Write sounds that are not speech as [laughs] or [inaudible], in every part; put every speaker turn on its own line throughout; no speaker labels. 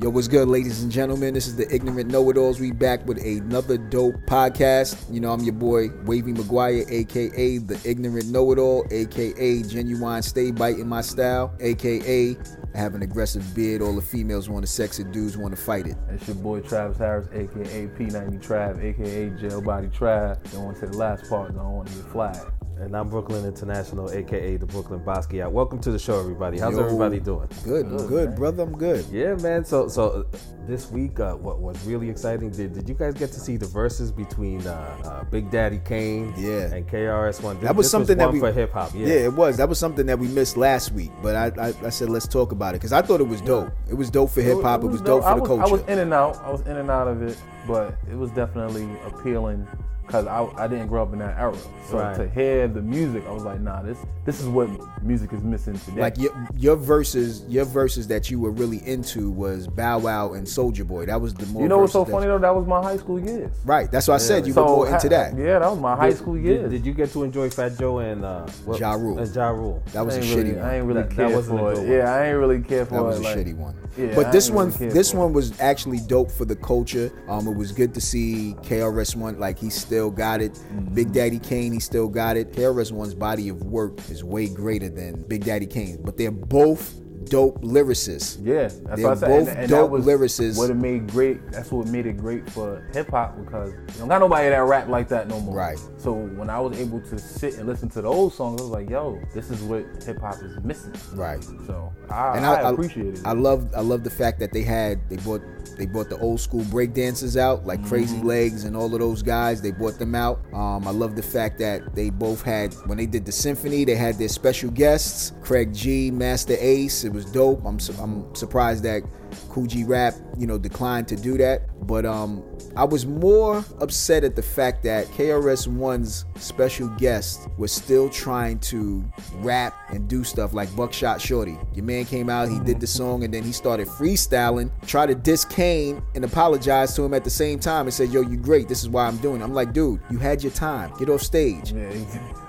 Yo, what's good, ladies and gentlemen? This is the Ignorant Know It Alls. We back with another dope podcast. You know, I'm your boy, Wavy McGuire, aka the Ignorant Know It All, aka Genuine Stay Biting My Style, aka I have an aggressive beard. All the females want to sex it, dudes want to fight it.
It's your boy Travis Harris, aka P90 Trav, aka Jailbody Trav. Don't want to say the last part, don't want to get flagged.
And I'm Brooklyn International, aka the Brooklyn Basquiat. Welcome to the show, everybody. How's everybody doing?
Good, good, good brother. I'm good.
Yeah, man. So, so uh, this week, uh, what was really exciting? Did, did you guys get to see the verses between uh, uh, Big Daddy Kane,
Yeah.
and KRS-One?
That was
This
something that
one
we-
for hip hop. Yeah.
Yeah. it was. That was something that we missed last week, but I, I, I said let's talk about it because I thought it was dope. It was dope for hip hop. It, was dope for
I
the
was-
culture.
I was in and out. I was in and out of it, but it was definitely appealing because I, I didn't grow up in that era. So
Right.
to hear the music, I was like, nah, this this is what music is missing today.
Like your your verses, your verses that you were really into was Bow Wow and Soldier Boy. That was the more.
you know what's so
verses that-
funny though? That was my high school years.
Right. That's why I said you
so
were more into
ha-
that.
Yeah, that was my high
Did-
school
did-
years.
Did, you get to enjoy Fat Joe and uh, what-
Ja Rule.
And ja Rule.
That was
I
a shitty
ain't really,
one.
I ain't really
That- that
care
wasn't a
for
good
it.
one.
Yeah, I ain't really care for
That was
it.
a
like-
shitty one.
Yeah, I
but this
ain't
one,
really care
this
for
one was actually dope for the culture. Um, it was good to see KRS One like he still got it.
Mm-hmm.
Big Daddy Kane, he still got it. KRS One's body of work is way greater than Big Daddy Kane, but they're both dope lyricists.
Yeah, that's
They're
what I said. And-
both
And,
dope
that was
lyricists.
What it made great. That's what made it great for hip hop because you don't got nobody that rap like that no more.
Right.
So when I was able to sit and listen to the old songs, I was like, yo, this is what hip hop is missing.
Right.
So I,
and
I,
I,
appreciate it.
I love I love the fact that they had they bought they bought the old school break dancers out like Crazy Legs and all of those guys. They bought them out. Um, I love the fact that they both had when they did the symphony, they had their special guests, Craig G, Master Ace. It was dope. I'm su- I'm surprised that Coogee Rap you know declined to do that, but um. I was more upset at the fact that KRS One's special guest was still trying to rap and do stuff like Buckshot Shorty. Your man came out, he did the song, and then he started freestyling, tried to diss Kane and apologize to him at the same time and said, Yo, you great, this is why I'm doing it. I'm like, dude, you had your time. Get off
[laughs]
stage. [laughs]
yeah, he-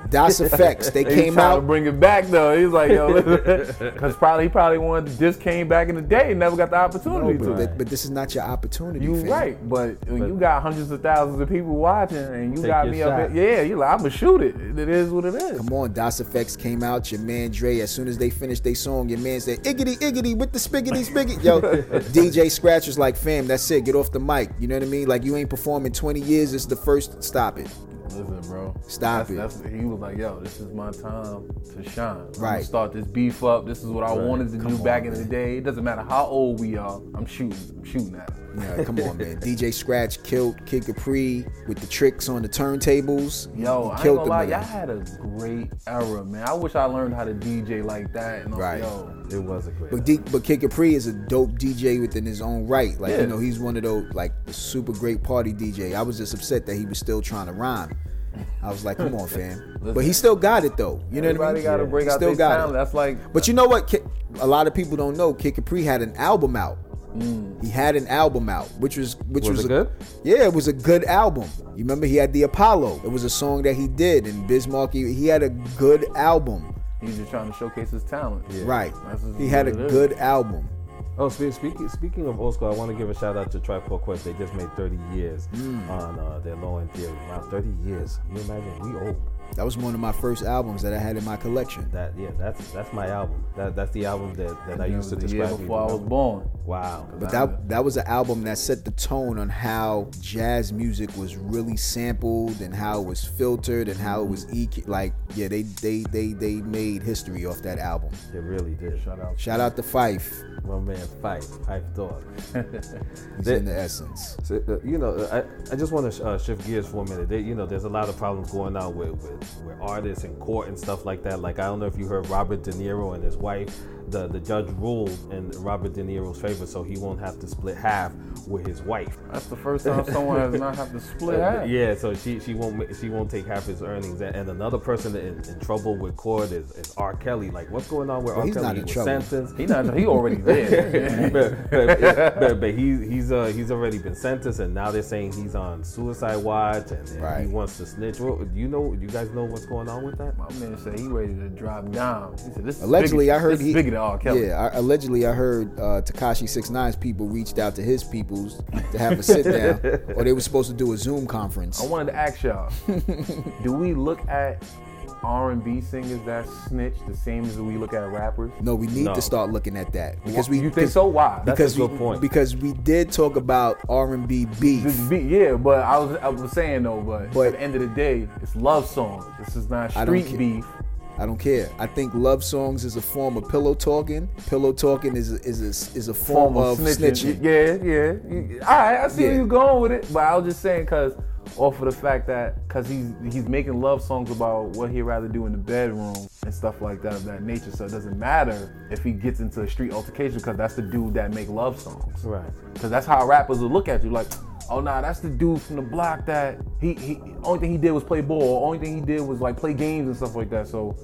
Das Effects, they
he
came
tried to
out.
bring it back though. He's like, yo,
[laughs]
because probably he probably wanted to just came back in the day and never got the opportunity
but,
to.
th- but this is not your opportunity.
You
fam.
right, but when you got hundreds of thousands of people watching, and you
Take
got
your
me up.
shot.
Here, yeah, you like I'm gonna shoot it. It is what it is.
Come on, Das Effects came out. Your man Dre, as soon as they finished their song, your man said, Iggity, iggity, with the spiggity, spiggity. Yo,
[laughs]
DJ Scratch was like, fam, that's it. Get off the mic. You know what I mean? Like, you ain't performed in 20 years. It's the first. Stop it.
Listen, bro.
Stop
that's, That's, he was like, "Yo, this is my time to shine. I'm gonna
Right.
start this beef up. This is what I wanted to do back in the day. It doesn't matter how old we are. I'm shooting. I'm shooting at it.
Nah, come on, man. DJ Scratch killed Kid Capri with the tricks on the turntables.
Yo, I
He
ain't gonna
the
lie.
man.
Y'all had a great era, man. I wish I learned how to DJ like that. And I'm
Right.
like, Yo,
It was a great.
But, D, but Kid Capri is a dope DJ within his own right. Like, you
Yeah.
know, he's one of those, like, the super great party DJ. I was just upset that he was still trying to rhyme. I was like, come on,
[laughs]
fam. But he still got it, though. You know what I mean?
everybody gotta break
he
out
still
their
got
talent.
it.
That's like
But you know what? Ki- A lot of people don't know Kid Capri had an album out.
Mm.
He had an album out, which was which was,
Was it
a,
good?
Yeah, it was a good album. You remember he had the Apollo. It was a song that he did, and Bismarck. He, he had a good album,
he's just trying to showcase his talent.
right?
That's just
He had a
what it is.
good album.
Oh, spe- speaking speaking of old school, I want to give a shout out to Tripod Quest. They just made 30 years on uh, their low end theory. Wow, 30 years. Can you imagine? We old.
That was one of my first albums that I had in my collection.
That yeah, that's that's my album. That that's the album that, that I
That
used
was
to
the year
describe.
before I was born.
Wow.
But that that was an album that set the tone on how jazz music was really sampled and how it was filtered and how it was EQ. Like, yeah, they they they they made history off that album.
It really did.
Shout out.
Shout out to Fife.
My man, Fife, Fife Dog.
He's
That-
in the essence.
So, uh, you know, uh, I, I just want to uh, shift gears for a minute. There, you know, there's a lot of problems going on with, with with artists and court and stuff like that. Like I don't know if you heard Robert De Niro and his wife. The the judge ruled in Robert De Niro's favor, so he won't have to split half with his wife.
That's the first time someone has not have to
[laughs]
split half.
Yeah, so she she won't ma- she won't take half his earnings. And and another person in, in trouble with court is, is R. Kelly. Like what's going on with R.
he's
Kelly?
not in
He was
trouble.
sentenced.
He not. He already there.
[laughs] but,
[laughs]
but, but, but he's he's uh, he's already been sentenced, and now they're saying he's on suicide watch, and, and
Right.
he wants to snitch. Well, you know, you guys know what's going on with that?
My man said he ready to drop down. He said this.
Allegedly,
is bigot-
I heard
this
he
bigoted R. Kelly.
Yeah, I, allegedly I heard uh, Takashi 69's people reached out to his peoples to have a sit
[laughs]
down, or they were supposed to do a Zoom conference.
I wanted to ask
[laughs]
y'all, do we look at R&B singers that snitch the same as we look at rappers?
No, we need
No.
to start looking at that because we
you think
because-
so? Why? That's
Because
a good
we,
point.
because we did talk about R and B beef.
This beat, yeah, but I was I was saying though, but,
But-
at the end of the day, it's love song. This is not
I don't
street
care.
beef.
I don't care. I think love songs is a form of pillow talking. Pillow talking is a, is a, is a form, of snitching.
Yeah, yeah. All right, I see
Yeah.
where you going with it, but I was just saying because off of the fact that because he's he's making love songs about what he'd rather do in the bedroom and stuff like that of that nature. So it doesn't matter if he gets into a street altercation because that's the dude that make love songs.
Right.
Because that's how rappers will look at you like. Oh nah, that's the dude from the block that he, he only thing he did was play ball. Only thing he did was like play games and stuff like that. So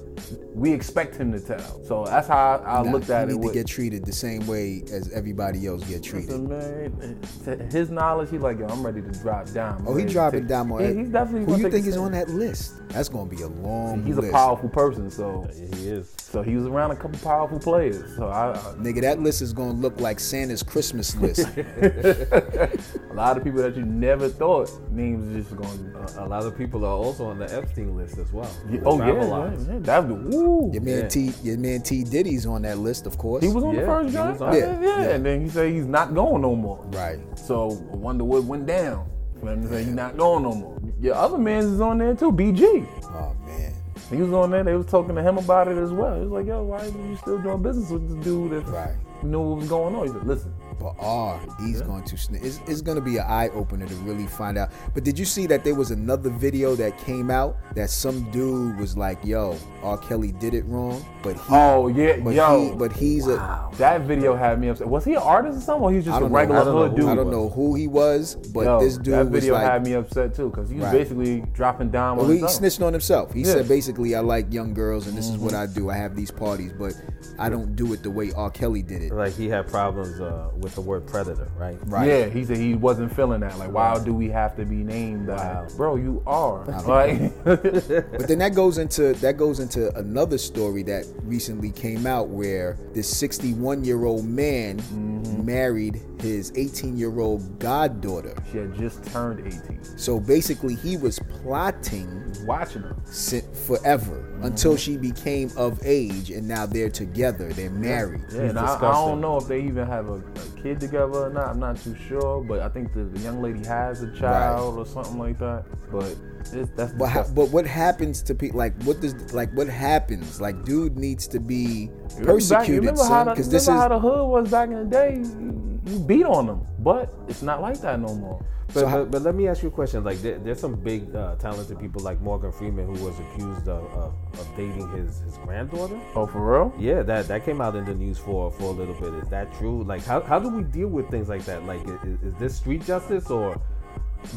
we expect him to tell. So that's how I, I
Nah,
looked at
you
it.
need
with-
to get treated the same way as everybody else get treated.
Man, to his knowledge, he like, yo, I'm ready to drop down.
Oh, he dropping down on
He, he's definitely.
Who
gonna
you
take
think
the
is
stand.
on that list? That's gonna be a long
He's
list.
a powerful person, so
He is.
so he was around a couple powerful players. So I, I,
Nigga, that list is gonna look like Santa's
[laughs]
Christmas list.
a lot of people that you never thought names are just going. to
A, a lot of people are also on the Epstein list as well.
Oh yeah, yeah,
Ravelized.
yeah, that's the woo.
your man
Yeah.
T, your man T Diddy's on that list, of course.
He was on the
Yeah,
first
he
joint.
was on
Yeah,
it.
yeah,
Yeah.
and then he said he's not going no more.
right.
So I wonder what went down. You know what I'm saying? He's not going no more. Your other man's is on there too, BG.
Oh man.
He was on there. They was talking to him about it as well. He was like, "Yo, why are you still doing business with this dude if
Right.
you knew what was going on?" He said, "Listen,
But R, he's going to sn- it's, it's going to be an eye opener to really find out. But did you see that there was another video that came out that some dude was like, "Yo, R. Kelly did it wrong," but he,
oh yeah,
but
yo."
he, but he's
Wow. that video had me upset. Was he an artist or something? Or he was
a
just
I
a
don't know, I
regular
don't know,
hood dude.
I don't know who he was, but
Yo,
this dude
that
was
video
like,
had me upset too because he was
Right.
basically dropping down
Well,
on
he
himself.
snitched on himself. He said
Yeah. Mm-hmm.
basically, I like young girls, and this is what I do. I have these parties, but I don't do it the way R. Kelly did it.
Like he had problems uh, with the word predator, right?
Right?
Yeah, he said he wasn't feeling that. Like, why do we have to be named
Wow.
that? Bro, you are. [laughs] Like,
But then that goes into that goes into another story that recently came out where this 61 year old man
Mm-hmm.
married his 18 year old goddaughter.
she had just turned 18.
So basically, he was plotting
Watching her.
si- forever until she became of age, and now they're together. They're married.
Yeah, and I, I
disgusting.
don't know if they even have a, a kid together or not. I'm not too sure, but I think the, the young lady has a child or something like that. But it's, that's
But how,
disgusting.
but what happens to people? Like what does like what happens? Like dude needs to be
Remember back- you
persecuted,
remember how
son.
the-
Because this
remember
is
how the hood was back in the day. You, you beat on them, but it's not like that no more.
But,
So how-
but, but let me ask you a question. Like, there, there's some big uh, talented people like Morgan Freeman who was accused of, of, of dating his, his granddaughter.
Oh, for real?
Yeah, that, that came out in the news for for a little bit. Is that true? Like, how, how do we deal with things like that? Like, i- is, is this street justice or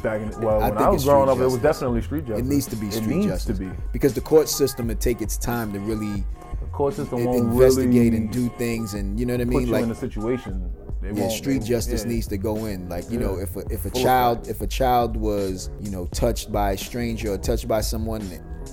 Back in the, well,
I
when
think
I
it's
was growing
street
up, it was
justice.
definitely street justice.
it needs to be street
it needs
justice
to be.
because the court system would take its time to really
The court system
and
won't
investigate
really
and do things and you know what I
put
mean
you
like
in a situation. They
yeah,
won't-
street
they-
justice
yeah.
needs to go in like you know if a, if a
Full
child if a child was you know touched by a stranger or touched by someone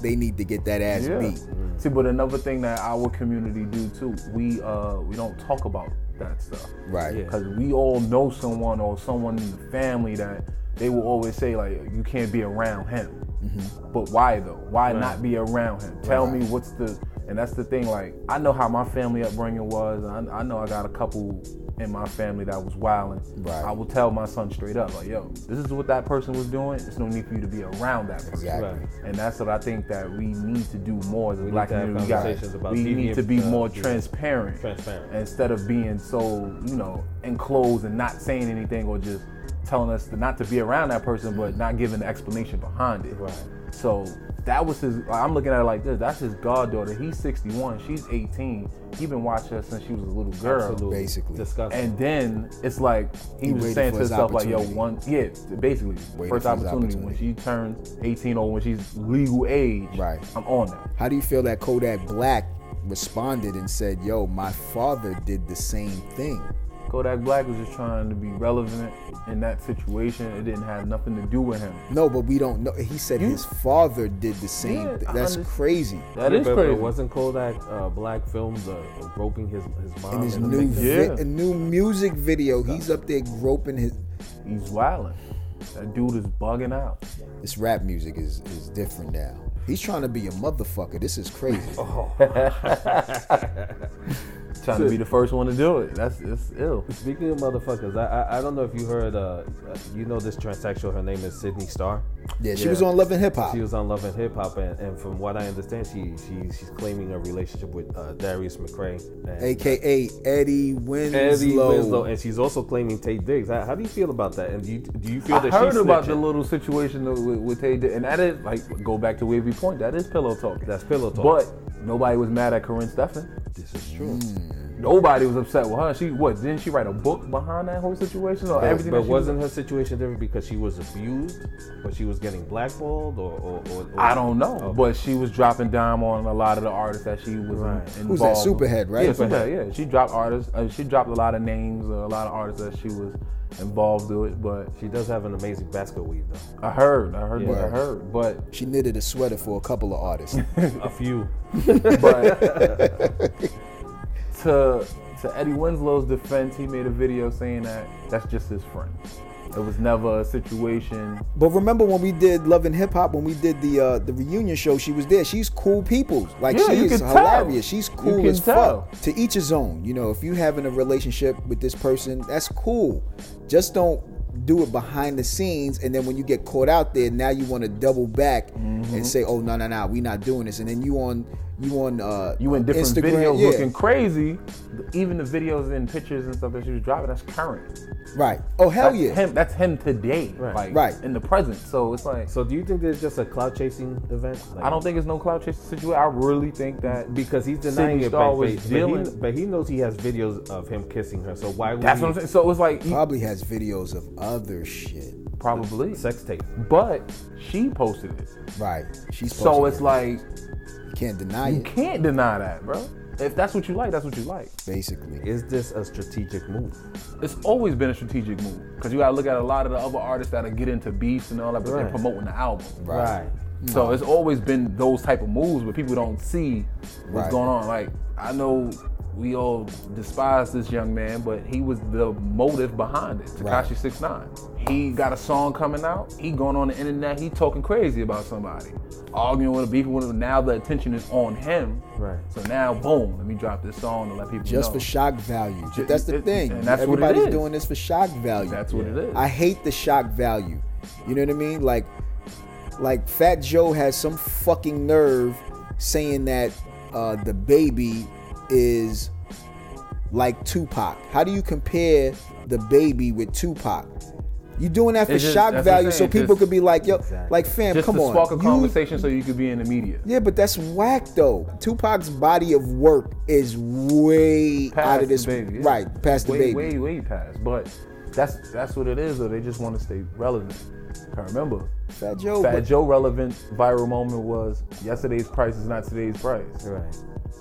they need to get that ass
Yeah.
beat
See, but another thing that our community do too, we uh we don't talk about that stuff
right
Yeah.
because we all know someone or someone in the family that they will always say like you can't be around him.
Mm-hmm.
But why though? Why not be around him? Tell me what's the and that's the thing. Like I know how my family upbringing was. And I, I know I got a couple in my family that was wilding.
Right.
I will tell my son straight up like, yo, this is what that person was doing. There's no need for you to be around that person.
exactly
Right.
And that's what I think that we need to do more as a
need
black
to have
community. We, gotta-
conversations about
we
deviant,
need to be
uh,
more
yeah.
transparent,
Transparent.
instead of being so you know enclosed and not saying anything or just telling us to not to be around that person, but not giving the explanation behind it.
Right.
So that was his. I'm looking at it like this. That's his goddaughter. He's 61. She's 18. He been watching her since she was a little girl.
absolutely
basically.
disgusting?
And then it's like he,
He
was
waited
saying
for
to
his
himself, like, yo,
opportunity.
one, yeah, basically,
Waited
first
for his
opportunity, when she turns 18 or when she's legal age,
Right.
I'm on that.
how do you feel that kodak black responded and said yo my father did the same thing
Kodak Black was just trying to be relevant in that situation. It didn't have nothing to do with him.
No, but we don't know. He said his father did the same.
Yeah,
thing.
I
That's
understand.
crazy.
That
Yeah,
is
but,
crazy.
But wasn't Kodak uh, Black filmed uh, groping his his mom?
In his
in the
new
picture?
vi-
Yeah.
a new music video, he's up there groping his.
He's wilding. That dude is bugging out.
This rap music is is different now. He's trying to be a motherfucker. This is crazy.
Trying to be the first one to do it. That's it's ill.
Speaking of motherfuckers, I, I I don't know if you heard. Uh, you know this transsexual. Her name is Sydney Starr.
Yeah, she
Yeah.
was on Love and Hip Hop.
She was on Love and Hip Hop, and, and from what I understand, she, she she's claiming a relationship with uh, Darius McRae. And,
AKA Eddie Winslow.
Eddie Winslow, and she's also claiming Tate Diggs. How, how do you feel about that? And do you, do you feel
I
that
heard
she's
about the
snitching?
little situation with, with Tay, Diggs, and that is like go back to Wavy Point. That is pillow talk.
That's pillow talk.
But nobody was mad at Corinne Steffen.
this is true.
Mm. Nobody was upset with her. She what? Didn't she write a book behind that whole situation or
But,
everything?
but
that she was-
wasn't her situation different because she was abused, or she was getting blackballed, or, or, or, or
I don't know,
Oh.
but she was dropping dime on a lot of the artists that she was
Right.
in-
Who's that?
involved with.
Superhead, right?
Yeah, Superhead. Yeah, she dropped artists. Uh, she dropped a lot of names, uh, a lot of artists that she was involved with. But
She does have an amazing basket weave though. [laughs]
I heard, I heard,
Yeah.
I heard.
[laughs]
But
She knitted a sweater for a couple of artists.
a few.
but to to Eddie Winslow's defense, he made a video saying that that's just his friend. It was never a situation.
but remember when we did Love and Hip Hop, when we did the uh, the reunion show, she was there. She's cool people. Like
Yeah,
she
you
is
can
hilarious.
tell.
She's
You
cool
can
as
tell.
fuck. To each his own. You know, if you having a relationship with this person, that's cool. Just don't do it behind the scenes and then when you get caught out there now you want to double back
Mm-hmm.
and say oh no no no we not doing this and then you on you on uh
You in different
Instagram,
videos
yeah.
looking crazy. Even the videos and pictures and stuff that she was dropping, that's current.
right oh hell
that's
yeah
him. That's him today,
Right.
like
Right.
in the present. So it's like
So do you think there's just a cloud chasing event? Like-
I don't think it's no cloud chasing situation. I really think that
because he's denying
Sydney
it.
Starr
But,
was
but, he,
dealing-
but he knows he has videos of him kissing her. So why would
that's
he
what I'm saying. So it's like he-
probably has videos of other shit
probably,
sex tape?
but she posted it.
right she's
So
posting
it's
it.
like
You can't deny
you
it
can't deny that, bro. If that's what you like, that's what you like.
basically.
Is this a strategic move?
It's always been a strategic move because you gotta look at a lot of the other artists that get into beefs and all that, but they're
Right.
promoting the album.
Right.
So it's always been those type of moves, but people don't see what's
Right.
going on. Like I know we all despise this young man, but he was the motive behind it.
Right.
Takashi Six Nine. He got a song coming out. He going on the internet. He talking crazy about somebody, arguing with a beef with him. Now the attention is on him.
Right.
So now, boom, let me drop this song to let people
Just
know.
for shock value.
Ju-
that's the
it-
thing.
and that's what it
Everybody's
is.
doing this for shock value.
That's what it is.
I hate the shock value. You know what I mean? Like, like Fat Joe has some fucking nerve saying that uh, the baby is like Tupac. How do you compare the baby with Tupac? You doing that for
It's just-
shock
that's what I'm
value so
saying,
people
just-
could be like, yo,
Exactly.
like fam,
Just
come
to
on.
spark a
You-
conversation so you could be in the media.
Yeah, but that's whack though. Tupac's body of work is way
Past
out of this
the baby, yeah.
right past the
way,
baby.
Way, way past. But that's that's what it is. Though they just want to stay relevant. I remember
Fat Joe,
Fat
but-
Joe relevant viral moment was yesterday's price is not today's price.
Right.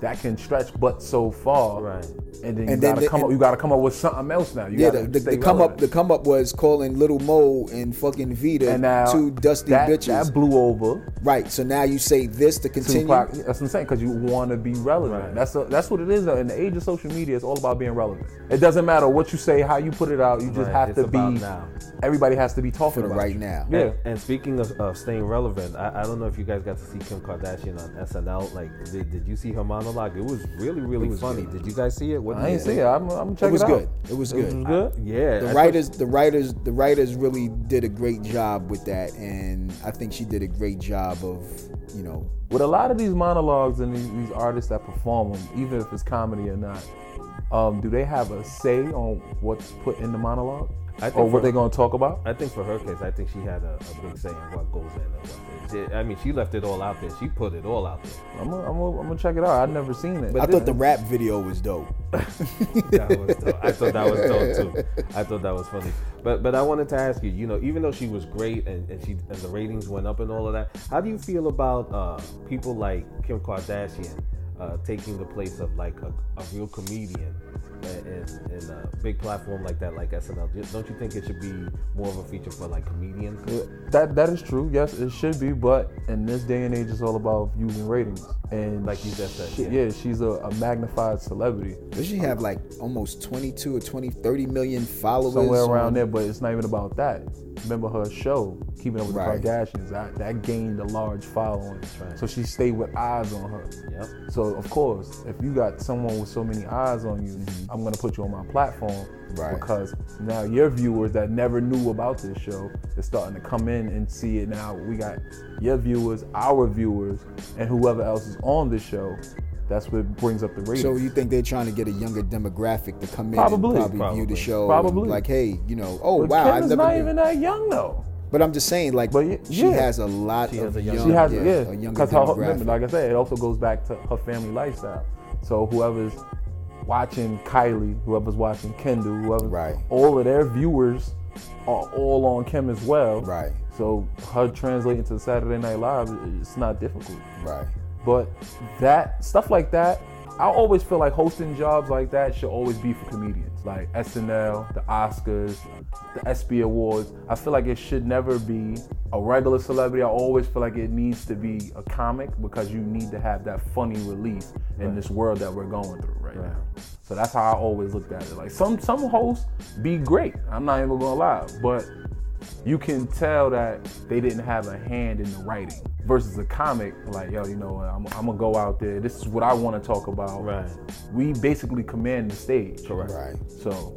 That can stretch, but so far.
Right.
And then you
And then
gotta
the-
come up.
and-
You gotta come up with something else now. You
yeah,
gotta
the, the,
stay
the come up,
relevant.
the come up was calling Little Mo and fucking Vita
and now
two dusty
that,
bitches.
That blew over.
right, so now you say this to continue.
Tupac, that's what I'm saying, because you want to be relevant.
Right.
That's a, that's what it is. Though. In the age of social media, it's all about being relevant. It doesn't matter what you say, how you put it out. You just
Right,
have
it's
to be.
about now.
Everybody has to be talking
the
about
right
you.
now.
Yeah.
And, and speaking of, of staying relevant, I, I don't know if you guys got to see Kim Kardashian on SNL. Like, did, did you see her monologue? It was really, really funny. Did you guys see it? What
I
did
ain't
you
see
think?
it. I'm, I'm checking
It was
out.
good. It was
It was
good.
good.
Yeah. I
The
thought-
writers, the writers, the writers really did a great job with that, and I think she did a great job of, you know,
With a lot of these monologues and these, these artists that perform them, even if it's comedy or not, um, do they have a say on what's put in the monologue
I think
or
for-
what they're gonna talk about?
I think for her case, I think she had a, a big say in what goes in and what is. I mean, she left it all out there. She put it all out there.
I'm gonna I'm gonna- I'm gonna check it out. I've never seen it.
I thought the rap video was dope.
That was dope. I thought that was dope too. I thought that was funny. But but I wanted to ask you, you know, even though she was great and, and she and the ratings went up and all of that, how do you feel about uh, people like Kim Kardashian uh, taking the place of like a, a real comedian in, in a big platform like that, like SNL, don't you think it should be more of a feature for like comedians?
That that is true. Yes, it should be. But in this day and age, it's all about views and ratings. And
Like you just said,
she-
yeah.
yeah. she's a, a magnified celebrity
Does she have like almost 22 or 20, 30 million followers?
somewhere
on-
around there. But it's not even about that. Remember her show, Keeping Up with
Right.
the Kardashians. That, that gained a large following.
right.
So she stayed with eyes on her.
Yep.
So of course, if you got someone with so many eyes on you, I'm gonna put you on my platform
Mm-hmm. Right.
because now your viewers that never knew about this show is starting to come in and see it now. We got your viewers, our viewers, and whoever else is on this show. That's what brings up the ratings.
So you think they're trying to get a younger demographic to come in
Probably.
and probably, view the
Probably.
show? and
Probably.
Like, hey, you know, oh
but
wow,
Kim
I've
is
never.
not
knew-
even that young though.
But I'm just saying, like,
But y-
she
yeah.
has a lot
She
of
has a
young,
young-
She has,
yeah,
yeah,
a younger
because her,
demographic.
remember, like I said, it also goes back to her family lifestyle. So whoever's watching Kylie, whoever's watching Kendall, whoever,
Right.
all of their viewers are all on Kim as well.
Right.
So her translating to Saturday Night Live, it's not difficult.
right.
But that stuff like that, I always feel like hosting jobs like that should always be for comedians, like SNL, the Oscars, the ESPY Awards. I feel like it should never be a regular celebrity. I always feel like it needs to be a comic because you need to have that funny release in this world that we're going through right, now. So that's how I always looked at it. Like some some hosts be great. I'm not even gonna lie, but you can tell that they didn't have a hand in the writing versus a comic like yo you know what, I'm, I'm gonna go out there this is what i want to talk about
Right.
we basically command the stage
Correct.
Right.
so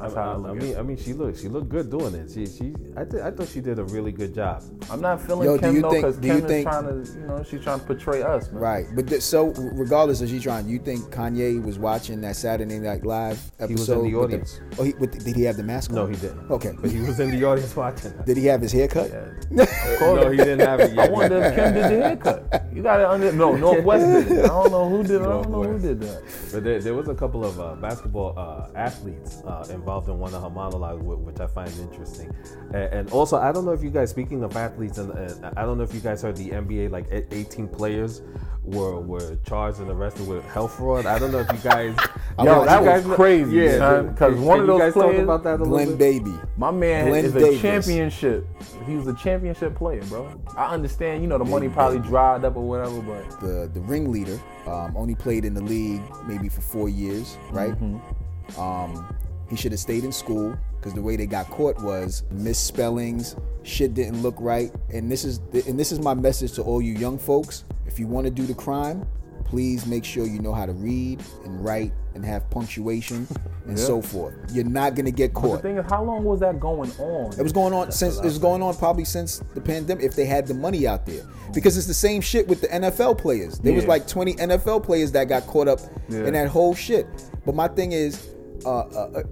that's
I,
how i
I
look at
mean,
it
I mean, she looked, she looked good doing it. She, she, I, th- I thought she did a really good job.
i'm not feeling
Yo, do you
kim though
think-
because
do you
kim is
think-
trying to you know she's trying to portray us man.
Right, but th- so regardless of G-Tron, you think Kanye was watching that Saturday Night Live episode?
was in the
with
audience.
oh, he, with, did he have the mask on?
No, he didn't.
Okay,
but he was in the audience [laughs] watching. That.
did he have his haircut?
Yeah. Of course.
No, he didn't have it
I
yet.
wonder if Kim did the haircut. You got to under no Northwest did it. I don't know who did. I don't know who
Northwest.
did that.
But there, there was a couple of uh, basketball uh, athletes uh, involved in one of her monologues, whi- which I find interesting. And, and also, I don't know if you guys, speaking of athletes, and, and I don't know if you guys heard the NBA, like e- 18 players were were charged and arrested with health fraud. I don't know if you
[laughs]
guys.
Yo,
that
you guys
was
know-
crazy, son,
dude.
'cause
Can-
one of
can you
those
guys talk
players-
about that a little
Glenn
bit?
Baby.
My man
Glenn
is a
Davis.
championship. He was a championship player, bro. I understand, you know, the money probably dried up or whatever, but
the the ringleader um, only played in the league maybe for four years, right?
Mm-hmm.
Um, he should have stayed in school because the way they got caught was misspellings, shit didn't look right, and this is and this is my message to all you young folks: if you want to do the crime, please make sure you know how to read and write and have
[laughs]
punctuation and so forth. You're not gonna get
the
caught.
thing is, how long was that going on?
It was going on since it was going on probably since the pandemic. If they had the money out there, because it's the same shit with the NFL players. There was
Yeah.
like 20 NFL players that got caught up
Yeah.
in that whole shit. But my thing is, uh, uh, uh,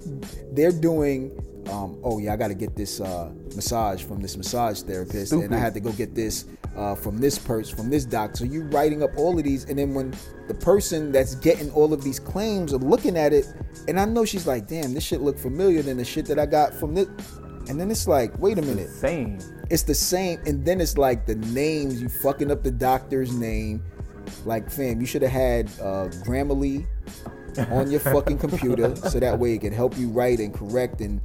they're doing. Um, oh yeah, I got to get this uh, massage from this massage therapist, and I
Stupid.
had to go get this uh, from this person, from this doc. So you writing up all of these, and then when the person that's getting all of these claims are looking at it, and I know she's like, "Damn, this shit look familiar than the shit that I got from this," and then it's like, "Wait a minute,
insane.
it's the same." And then it's like the names you fucking up the doctor's name. Like, fam, you should have had uh, Grammarly on your fucking
[laughs]
computer, so that way it can help you write and correct. And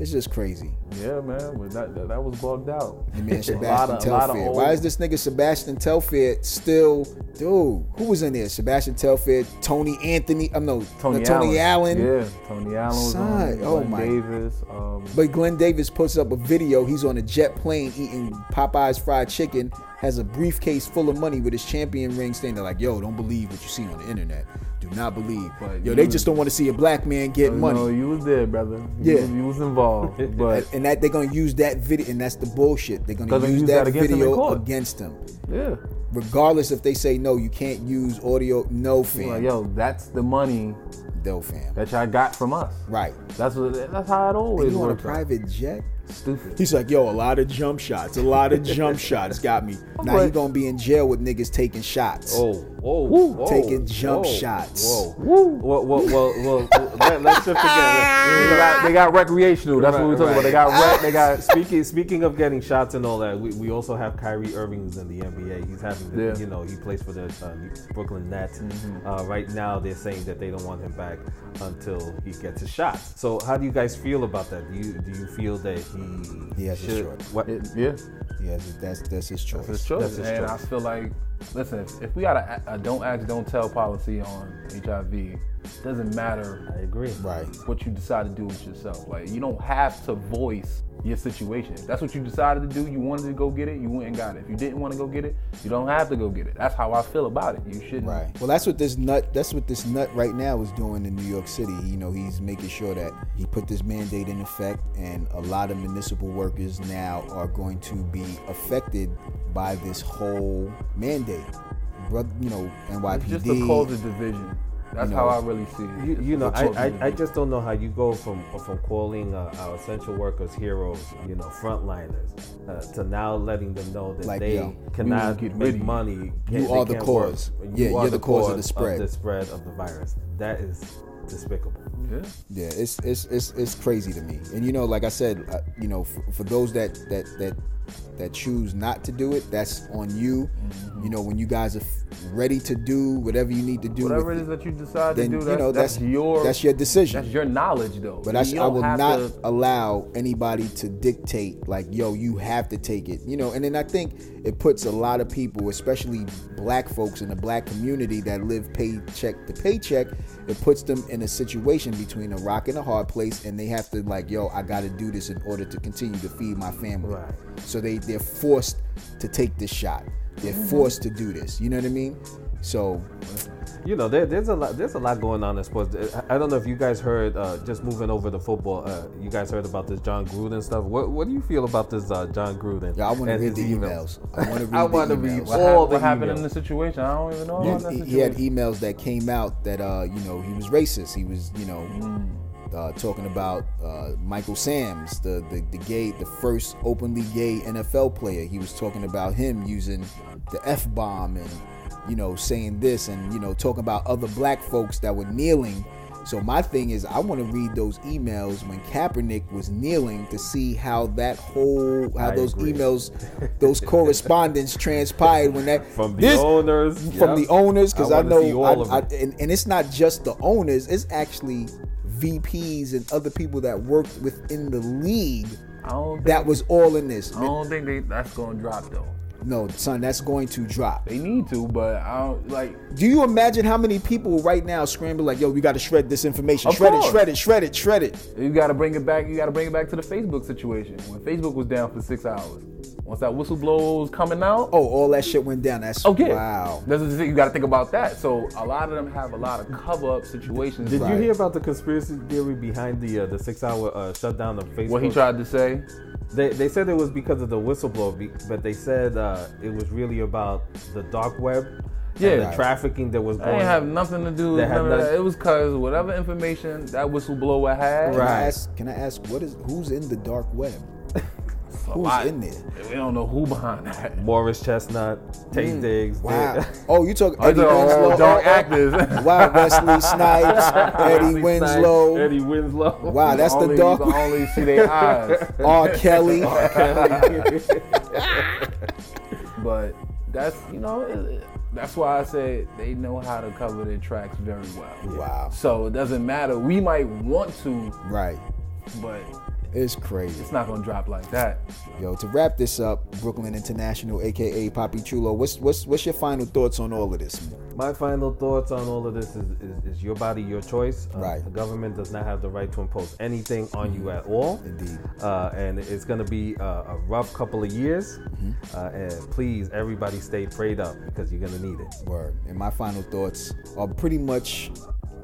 it's just crazy.
Yeah, man, but that, that, that was bugged out.
The man
[laughs] A lot
Sebastian
of- a lot of
Telfair.
old-
Why is this nigga Sebastian Telfair still, dude? Who was in there? Sebastian Telfair, Tony Anthony. I'm no
Tony,
no, Tony Allen.
Yeah, Tony Allen was on.
Son, oh
Glenn
my-
Davis. Um,
But Glenn Davis puts up a video. He's on a jet plane eating Popeye's fried chicken. Has a briefcase full of money with his champion ring, standing there like, "Yo, don't believe what you see on the internet. Do not believe.
But
Yo,
you
they
was-
just don't want to see a black man get
you
money."
know, you was there, brother. You
Yeah.
was, you was involved, but
And- and [laughs] that they're gonna use that video, and that's the bullshit. They're gonna
Because they
use
use
that,
that against him in
video
court.
against him.
yeah,
regardless if they say no, you can't use audio. No, fam.
like yo, that's the money
No, fam.
that y'all got from us.
Right.
That's what. That's how it always
You on a
works. out.
private jet?
Stupid.
He's like, yo, a lot of jump shots, a lot of jump shots got me. Now he
But-
gonna be in jail with niggas taking shots.
Oh, oh, oh,
Taking jump
whoa,
shots.
Whoa, Well, well, well, well, let, let's
[laughs]
shift again.
They got, they got recreational. That's what we
Right,
talking about. They got rec.
[laughs]
They got.
Speaking speaking of getting shots and all that, we, we also have Kyrie Irving who's in the NBA. He's having the,
Yeah.
you know he plays for the uh, New- Brooklyn Nets. Uh, right now they're saying that they don't want him back until he gets his shots. So how do you guys feel about that? Do you do you feel that he
He has his
should,
choice.
what,
It, yeah.
Yeah, that's that's his choice.
It's true.
That's his
and I
choice.
feel like, listen, if, if we got a, a don't ask, don't tell policy on HIV, doesn't matter
I agree.
Right.
what you decide to do with yourself. Like, you don't have to voice your situation. If that's what you decided to do. You wanted to go get it, you went and got it. If you didn't want to go get it, you don't have to go get it. That's how I feel about it. You shouldn't.
Right. Well, that's what this nut. That's what this nut right now is doing in New York City. You know, he's making sure that he put this mandate in effect, and a lot of municipal workers now are going to be affected by this whole mandate. Bro- You know, NYPD.
It's just the cause of division. That's
You
how
know,
I really see it.
You,
It's
you know,
the cause of
I, I, I
division.
just don't know how you go from from calling uh, our essential workers heroes, you know, frontliners, uh, to now letting them know that
Like,
they
yo,
cannot
we will get rid
make
of you.
money.
You
they
are the
can't
cause.
work.
Yeah, you're the cause of the spread.
the spread of the virus. That is despicable.
Yeah.
yeah it's, it's it's it's crazy to me and you know like i said uh, you know for, for those that that that that choose not to do it that's on you
Mm-hmm.
you know when you guys are f- ready to do whatever you need to do
Whatever
with
it is that you decide
then
to
you
do, that's,
know
that's,
that's,
your
that's your decision
that's your knowledge though.
but
You
I, sh- I
don't
will
have
not
to-
allow anybody to dictate like, yo, you have to take it, you know. And then I think it puts a lot of people, especially black folks in the black community that live paycheck to paycheck, it puts them in a situation between a rock and a hard place, and they have to like, yo, I got to do this in order to continue to feed my family.
Right.
So they they're forced to take this shot. They're forced to do this. You know what I mean? So
you know, there, there's a lot. There's a lot going on in sports. Uh, I I don't know if you guys heard. Uh, just moving over to football, uh, you guys heard about this John Gruden stuff. What, what do you feel about this uh, John Gruden?
yeah, I want to
and
read the
his
emails. I want to read
I
the
wanna
emails.
read
What,
all
hap-
the
what happened
emails.
in the situation? I don't even know
Yeah,
about that
he,
situation.
he had emails that came out that uh, you know he was racist. He was you know
Mm.
uh, talking about uh, Michael Sam's, the, the the gay, the first openly gay NFL player. He was talking about him using the f bomb and you know saying this and you know talking about other black folks that were kneeling. So my thing is, I want to read those emails when Kaepernick was kneeling to see how that whole how
I
those
agree.
emails, those
[laughs]
correspondence transpired when that
From the
this-
owners,
from
yep.
the owners because I,
I wanna
know
see all of
I-
it.
I- and, and it's not just the owners it's actually VPs and other people that worked within the league
I don't think,
that was all in this
I don't think they, that's gonna drop though.
no son that's going to drop
They need to, but I don't like.
do you imagine how many people right now scramble like yo we got to shred this information
Of
shred it
course.
shred it shred it shred it
You gotta bring it back. You gotta bring it back to the Facebook situation when Facebook was down for six hours. Once that whistleblower was coming out,
oh all that shit went down that's
oh yeah,
wow
That's the thing. You gotta think about that. So a lot of them have a lot of cover up situations.
Did
Right.
you hear about the conspiracy theory behind the uh, the six hour uh, shutdown of Facebook?
what he tried to say?
They, they said it was because of the whistleblower, be- but they said uh, it was really about the dark web,
Yeah.
and the trafficking that was
That
going.
ain't have
on.
nothing to do with
That had
none of that.
nothing-
It was cause whatever information that whistleblower had,
can I,
Right.
ask, can I ask what is who's in the dark web
it's a
who's
lot.
in there
We don't know who behind that.
Morris Chestnut, Tay
Mm.
Diggs. they-
wow oh you talk Eddie Oh,
Those are all
Winslow [laughs]
dark actors.
wow [laughs] Wesley Snipes Eddie
Wesley
Winslow
Snipes, Eddie Winslow.
Wow, that's
only,
the dark
You
[laughs]
can only see their eyes.
R. Kelly.
But that's you know it- it- that's why I say they know how to cover their tracks very well.
Wow.
So it doesn't matter. We might want to,
Right.
but
It's crazy.
it's not gonna drop like that.
Yo, to wrap this up, Brooklyn International, aka Poppy Chulo, what's what's what's your final thoughts on all of this? man?
My final thoughts on all of this is, is, is your body, your choice. Uh,
Right. Mm-hmm.
The government does not have the right to impose anything on you at all.
Indeed.
Uh, and it's going to be a, a rough couple of years.
Mm-hmm.
Uh, and please, everybody stay prayed up because you're going to need it.
Word. And my final thoughts are pretty much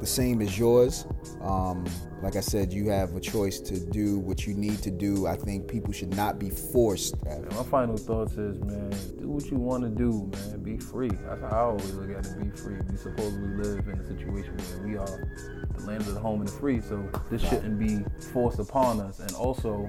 the same as yours. Um, Like I said, you have a choice to do what you need to do. I think people should not be forced. At
My final thoughts is, man, do what you want to do, man. Be free. That's how I always look at it. Be free. We supposedly live in a situation where we are the land of the home and the free, so this shouldn't be forced upon us. And also,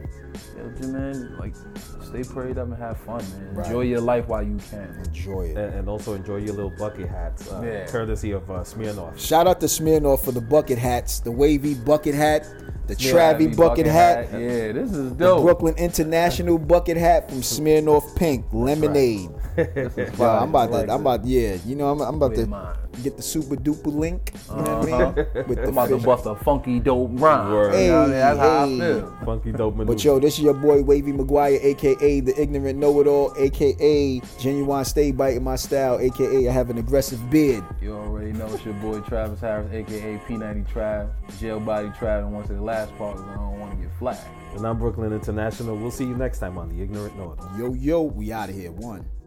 yo, J- man, like, stay prayed up and have fun, man.
Right.
Enjoy your life while you can.
Enjoy it.
and, and also enjoy your little bucket hats, uh,
Yeah.
courtesy of uh,
[laughs]
Smirnoff.
Shout out to Smirnoff for the bucket hats, the wavy bucket hat, the
Yeah,
Travy
be
bucket, hat,
Yeah, this is
the
dope.
Brooklyn International bucket hat from Smirnoff Pink Lemonade.
[laughs] This is
Wow,
fire.
I'm about
Like
to, I'm
this.
about, yeah, you know, I'm, I'm about
With
to
mine.
get the super duper link. You know what I mean?
Uh-huh.
With the
I'm about to
fish.
bust a funky dope rhyme.
Word.
You know what I mean? That's how I
Hey,
feel.
Funky dope maneuver.
But yo, this is your boy Wavy Maguire, aka the ignorant know-it-all, aka genuine stay biting my style, aka I have an aggressive beard.
You already know it's your boy Travis Harris, aka P90 Trav, Jail Body Trav, and once to the last part 'cause I don't want to get flagged.
and I'm Brooklyn International. We'll see you next time on the Ignorant Know It All.
Yo, yo, we out of here. One.